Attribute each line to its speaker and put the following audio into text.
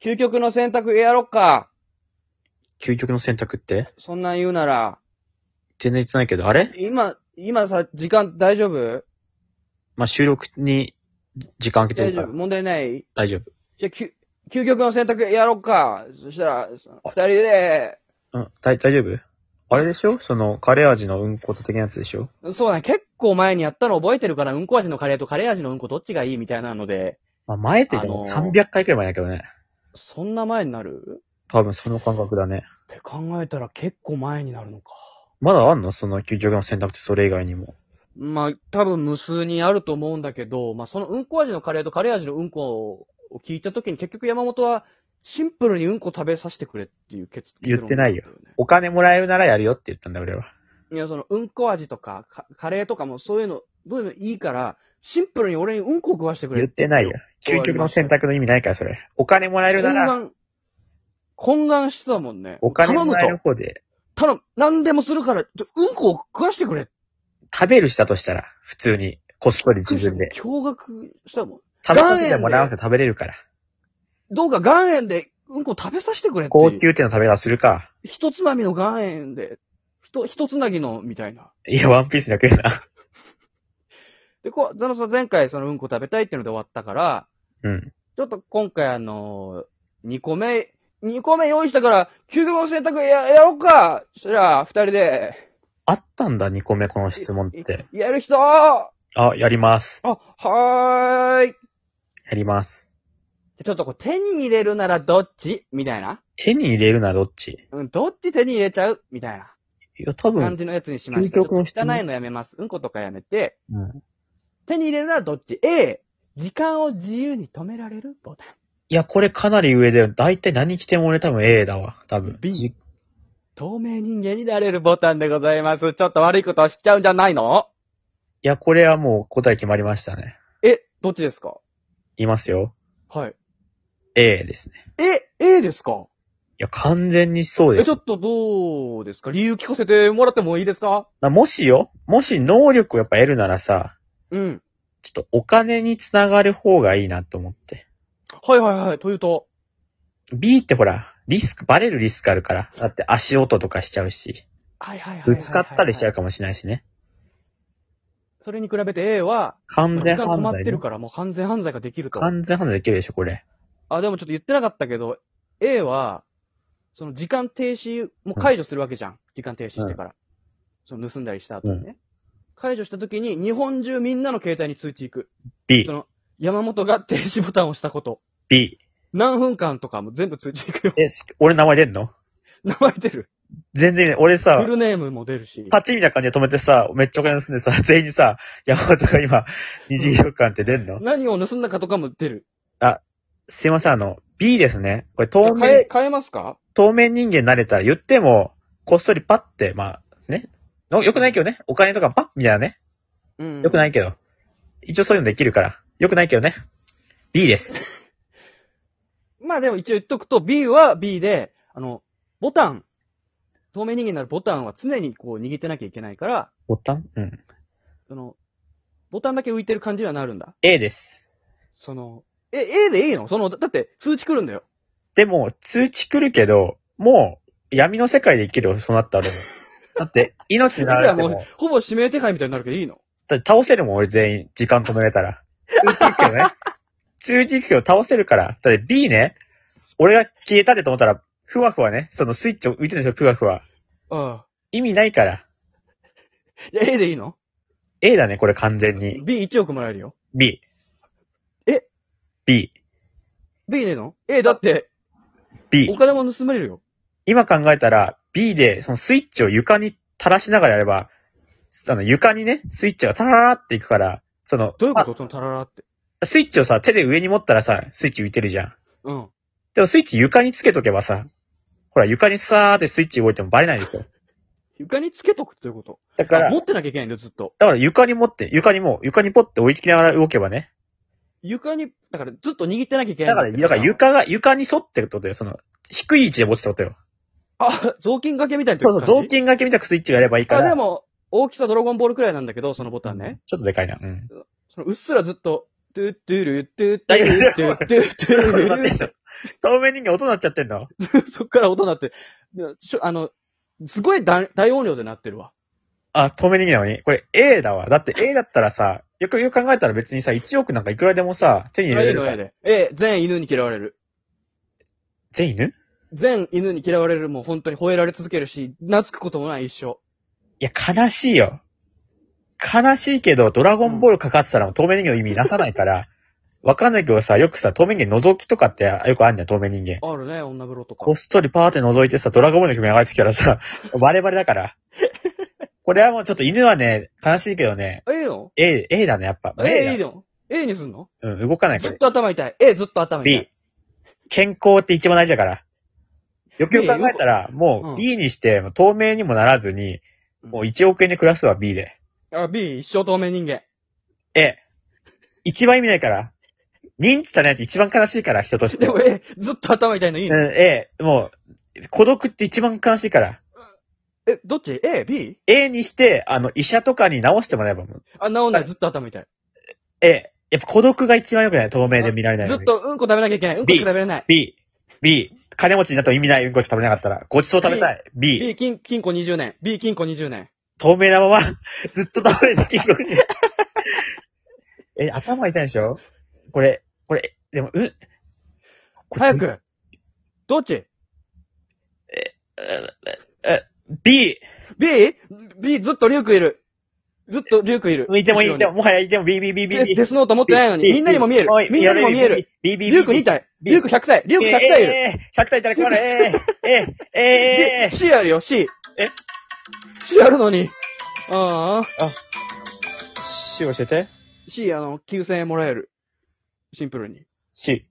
Speaker 1: 究極の選択やろっか。
Speaker 2: 究極の選択って
Speaker 1: そんなん言うなら。
Speaker 2: 全然言ってないけど、あれ
Speaker 1: 今、今さ、時間大丈夫
Speaker 2: まあ、収録に時間空けて
Speaker 1: 大
Speaker 2: るか
Speaker 1: 丈
Speaker 2: ら
Speaker 1: 夫問題ない
Speaker 2: 大丈夫。
Speaker 1: じゃあ、きゅ究極の選択やろっか。そしたら、その二人で、
Speaker 2: うん、大大丈夫あれでしょその、カレー味のうんこと的なやつでしょ
Speaker 3: そうだね、結構前にやったの覚えてるから、うんこ味のカレーとカレー味のうんこどっちがいいみたいなので、
Speaker 2: まあ、前って言って
Speaker 3: あ
Speaker 2: も
Speaker 3: のー
Speaker 2: 300回くらい前だけどね。
Speaker 3: そんな前になる
Speaker 2: 多分その感覚だね。
Speaker 3: って考えたら結構前になるのか。
Speaker 2: まだあんのその究極の選択ってそれ以外にも。
Speaker 3: まあ、多分無数にあると思うんだけど、まあそのうんこ味のカレーとカレー味のうんこを聞いた時に結局山本はシンプルにうんこ食べさせてくれっていう結
Speaker 2: 言ってないよ。
Speaker 3: 結論だったね
Speaker 2: お金もらえるならやるよって言ったんだ、俺は。
Speaker 3: いや、そのうんこ味とかかカレーとかもそういうの、どういうのいいから、シンプルに俺にうんこを食わしてくれ
Speaker 2: 言ってないよ。。究極の選択の意味ないから、それ。お金もらえるな
Speaker 3: 懇
Speaker 2: ら、
Speaker 3: 願、懇願してたもんね。
Speaker 2: お金
Speaker 3: 頼
Speaker 2: も
Speaker 3: む
Speaker 2: らえる
Speaker 3: と。
Speaker 2: 方で、
Speaker 3: 頼む。何でもするから、ちょうんこを食わしてくれ。
Speaker 2: 食べるしたとしたら、普通に、こっそり自分で。
Speaker 3: 驚愕したもん。
Speaker 2: 食べさせてもらわなくて食べれるから。
Speaker 3: どうか岩塩でうんこ食べさせてくれって
Speaker 2: 高
Speaker 3: いう。
Speaker 2: 級店の食べ方するか。
Speaker 3: 一つまみの岩塩で、ひと、ひとつなぎの、みたいな。
Speaker 2: いや、ワンピースだけな。
Speaker 3: で、こう、ザノさん前回そのうんこ食べたいっていうので終わったから、
Speaker 2: うん。
Speaker 3: ちょっと今回あのー、2個目、2個目用意したから、究極の選択や、やろうかそりゃ、二人で、
Speaker 2: あったんだ、2個目、この質問って。
Speaker 3: やる人あ、
Speaker 2: あ、やります。
Speaker 3: はーい
Speaker 2: やります。
Speaker 3: ちょっとこう手に入れるならどっちみたいな。
Speaker 2: 手に入れるならどっち
Speaker 3: うん、どっち手に入れちゃうみたいない
Speaker 2: や、多
Speaker 3: 感
Speaker 2: 分、
Speaker 3: じのやつにしました。
Speaker 2: 究
Speaker 3: ち
Speaker 2: 極
Speaker 3: ょ
Speaker 2: の
Speaker 3: っ
Speaker 2: 質
Speaker 3: と汚
Speaker 2: 問
Speaker 3: いのやめます。うんことかやめて、
Speaker 2: うん。
Speaker 3: 手に入れるならどっち ?A、時間を自由に止められるボタン。
Speaker 2: いや、これかなり上だよ。だいたい何着ても俺多分 A だわ。多分。
Speaker 3: B、透明人間になれるボタンでございます。ちょっと悪いことをしちゃうんじゃないの
Speaker 2: いや、これはもう答え決まりましたね。
Speaker 3: え、どっちですか
Speaker 2: 言いますよ。
Speaker 3: はい。
Speaker 2: A ですね。
Speaker 3: え、A ですか
Speaker 2: いや、完全にそう
Speaker 3: え、
Speaker 2: です
Speaker 3: ちょ。っとどうですか理由聞かせてもらってもいいですか
Speaker 2: まあもしよ、もし能力をやっぱ得るならさ、
Speaker 3: うん。
Speaker 2: ちょっとお金につながる方がいいなと思って。
Speaker 3: はいはいはい。というと。
Speaker 2: B ってほら、リスク、バレるリスクあるから。だって足音とかしちゃうし、
Speaker 3: はいはいはいはいはいはい。
Speaker 2: ぶつかったりしちゃうかもしれないしね。
Speaker 3: それに比べて A は、
Speaker 2: 完
Speaker 3: 時
Speaker 2: 全
Speaker 3: 間止
Speaker 2: 犯
Speaker 3: まっ
Speaker 2: 罪
Speaker 3: てる
Speaker 2: ね。
Speaker 3: からもう完全犯罪ができると。
Speaker 2: 完全犯罪できるでしょ、これ。
Speaker 3: あ、でもちょっと言ってなかったけど、A は、その時間停止も解除するわけじゃん。時間停止してから。その盗んだりした後にね。解除した時に日本中みんなの携帯に通知いく。
Speaker 2: B
Speaker 3: そ、の山本が停止ボタンを押したこと。
Speaker 2: B。
Speaker 3: 何分間とかも全部通知いくよ。
Speaker 2: え、す俺名前出んの
Speaker 3: 名前出る。
Speaker 2: 全然いない、俺さ
Speaker 3: フ、ルネームも出るし。
Speaker 2: パチみたいな感じで止めてさ、めっちゃお金盗んでさ、 全員にさ、山本が今、二次業館って出んの
Speaker 3: 何を盗んだかとかも出る。
Speaker 2: すいません、あの、B ですね。これ
Speaker 3: じゃ
Speaker 2: 透
Speaker 3: あ変
Speaker 2: 明
Speaker 3: え、、変えますか
Speaker 2: 透明人間になれたら言っても、こっそりパって、まあ、ね。のよくないけどね。お金とかパッみたいなね。
Speaker 3: うん。
Speaker 2: よくないけど。一応そういうのできるから。よくないけどね。B です。
Speaker 3: まあでも一応言っとくと、B は B で、あの、ボタン、透明人間になるボタンは常にこう握ってなきゃいけないから、
Speaker 2: ボタンうん。
Speaker 3: その、ボタンだけ浮いてる感じにはなるんだ。
Speaker 2: A です。
Speaker 3: その、え、A でいいのその、だだって通知来るんだよ。
Speaker 2: でも、通知来るけど、もう、闇の世界で生きるよ、そうなった ら俺も。だって、命になられて
Speaker 3: じゃあ
Speaker 2: も、
Speaker 3: ほぼ指名手配みたいになるけどいいの
Speaker 2: だって倒せるもん、俺全員、時間止められたら。通知行くけどね。 通知行くけど倒せるから。だって B ね、俺が消えたってと思ったら、ふわふわね、そのスイッチを浮いてるでしょ、ふわふわ。
Speaker 3: ああ。
Speaker 2: 意味ないから。
Speaker 3: じゃあ A でいいの
Speaker 2: A だね、これ完全に。
Speaker 3: ?B1 億もらえるよ。
Speaker 2: B。
Speaker 3: え
Speaker 2: ?B。
Speaker 3: B でいいの ?A だって、お
Speaker 2: B。
Speaker 3: 金も盗まれるよ。
Speaker 2: 今考えたら、B で、そのスイッチを床に垂らしながらやれば、その床にね、スイッチがタラララっていくから、その、
Speaker 3: どういうこ
Speaker 2: ま
Speaker 3: とそのタラララって。
Speaker 2: あスイッチをさ、手で上に持ったらさ、スイッチ浮いてるじゃん。
Speaker 3: うん。
Speaker 2: でもスイッチ床につけとけばさ、ほら、床にさーってスイッチ動いてもバレないですよ。
Speaker 3: 床につけとくっていうこと。
Speaker 2: だから、
Speaker 3: あ
Speaker 2: だ
Speaker 3: 持ってなきゃいけないんだよ、ずっと。
Speaker 2: から床に持って、床にもう、床にポッて置いてきながら動けばね。
Speaker 3: 床に、だからずっと握ってなきゃいけな
Speaker 2: だ
Speaker 3: いん
Speaker 2: から、
Speaker 3: よ
Speaker 2: だから床が、床に沿ってるってことよ。その、低い位置で持つってことよ。
Speaker 3: あ、雑巾掛けみたいな
Speaker 2: そうそう、雑
Speaker 3: 感じ。
Speaker 2: 巾掛けみたくスイッチがやればいいか
Speaker 3: あ、
Speaker 2: ら。
Speaker 3: でも、大きさドラゴンボールくらいなんだけど、そのボタンね。
Speaker 2: ちょっとでかいな。うん。
Speaker 3: そのうっすらずっと、トゥットゥル、トゥットゥル、トゥットゥル、トゥットゥル、
Speaker 2: 透明人間音なっちゃってんの
Speaker 3: そっから音鳴って、でしょあの、すごい大大音量で鳴ってるわ。
Speaker 2: あ、透明人間なのにこれ A だわ。だって A だったらさ、よくよく考えたら別にさ、1億なんかいくらでもさ、手に入れ
Speaker 3: 大
Speaker 2: れる
Speaker 3: の
Speaker 2: か
Speaker 3: や
Speaker 2: ら。
Speaker 3: で。ええ、全犬に嫌われる。
Speaker 2: 全犬
Speaker 3: 全犬に嫌われるもう本当に吠えられ続けるし、懐くこともない一生。
Speaker 2: いや、悲しいよ。悲しいけど、ドラゴンボールかかってたらもう透明人間の意味なさないから、 わかんないけどさ、よくさ、透明人間覗きとかってよくあんじゃん、透明人間。
Speaker 3: あるね、女風呂とか
Speaker 2: こ。っそりパーって覗いてさ、ドラゴンボールの曲上がってきたらさ、 バレバレだから。これはもうちょっと犬はね、悲しいけどね、
Speaker 3: ええの
Speaker 2: A、A だね、やっぱ。
Speaker 3: ええ、いい
Speaker 2: A だ。
Speaker 3: の ?A にすんの
Speaker 2: うん、動かない、こ
Speaker 3: ずっ
Speaker 2: れ。
Speaker 3: と頭痛い。ええ、ずっと頭痛い。
Speaker 2: B。健康って一番大事だから。よくよく考えたら、
Speaker 3: う
Speaker 2: も
Speaker 3: ん
Speaker 2: う B にして、もう透明にもならずに、もう1億円で暮らすわ、B で。
Speaker 3: あ、B、一生透明人間。
Speaker 2: え、一番意味ないから。認知されないって一番悲しいから、人として。
Speaker 3: でも、ええ、ずっと頭痛いのいい
Speaker 2: うん、
Speaker 3: の、
Speaker 2: え、もう、孤独って一番悲しいから。
Speaker 3: え、どっち ?A、B?
Speaker 2: A にして、あの、医者とかに直してもらえばもう。
Speaker 3: あ、治んない。ずっと頭痛い。
Speaker 2: え、やっぱ孤独が一番良くない。透明で見られない
Speaker 3: ず
Speaker 2: の
Speaker 3: っ
Speaker 2: に。
Speaker 3: とうんこ食べなきゃいけない。うんこ
Speaker 2: B
Speaker 3: しか食べれない。
Speaker 2: B、B、金持ちになっても意味ないうんこしか食べれなかったら、ごちそう食べたい。B、
Speaker 3: B 金、金庫20年。B 金庫20年。
Speaker 2: 透明なまま、ずっと倒れて金額に。え、頭痛いでしょこれ、これ、でも、うん。これ
Speaker 3: 早くどっち
Speaker 2: え !B!
Speaker 3: ?B? B ずっとリュウクいる。ずっとリュウクいる。
Speaker 2: 向いてもい
Speaker 3: 後
Speaker 2: い。
Speaker 3: ろ
Speaker 2: で
Speaker 3: に
Speaker 2: も、もはやいても B、B、B、B、
Speaker 3: で
Speaker 2: B。
Speaker 3: デスノート持ってないのに、みんなにも見える。みんなにも見える。。
Speaker 2: ビビ
Speaker 3: リュウク2。体。
Speaker 2: B
Speaker 3: リュウク100体。リュウク100体いる。
Speaker 2: えー、100体いたら困る。えー、えー、えー、え
Speaker 3: C あるよ、C。
Speaker 2: え
Speaker 3: ?C あるのに。ああ、
Speaker 2: ー。C 教えて。
Speaker 3: C あの、9000円もらえる。シンプルに。
Speaker 2: C。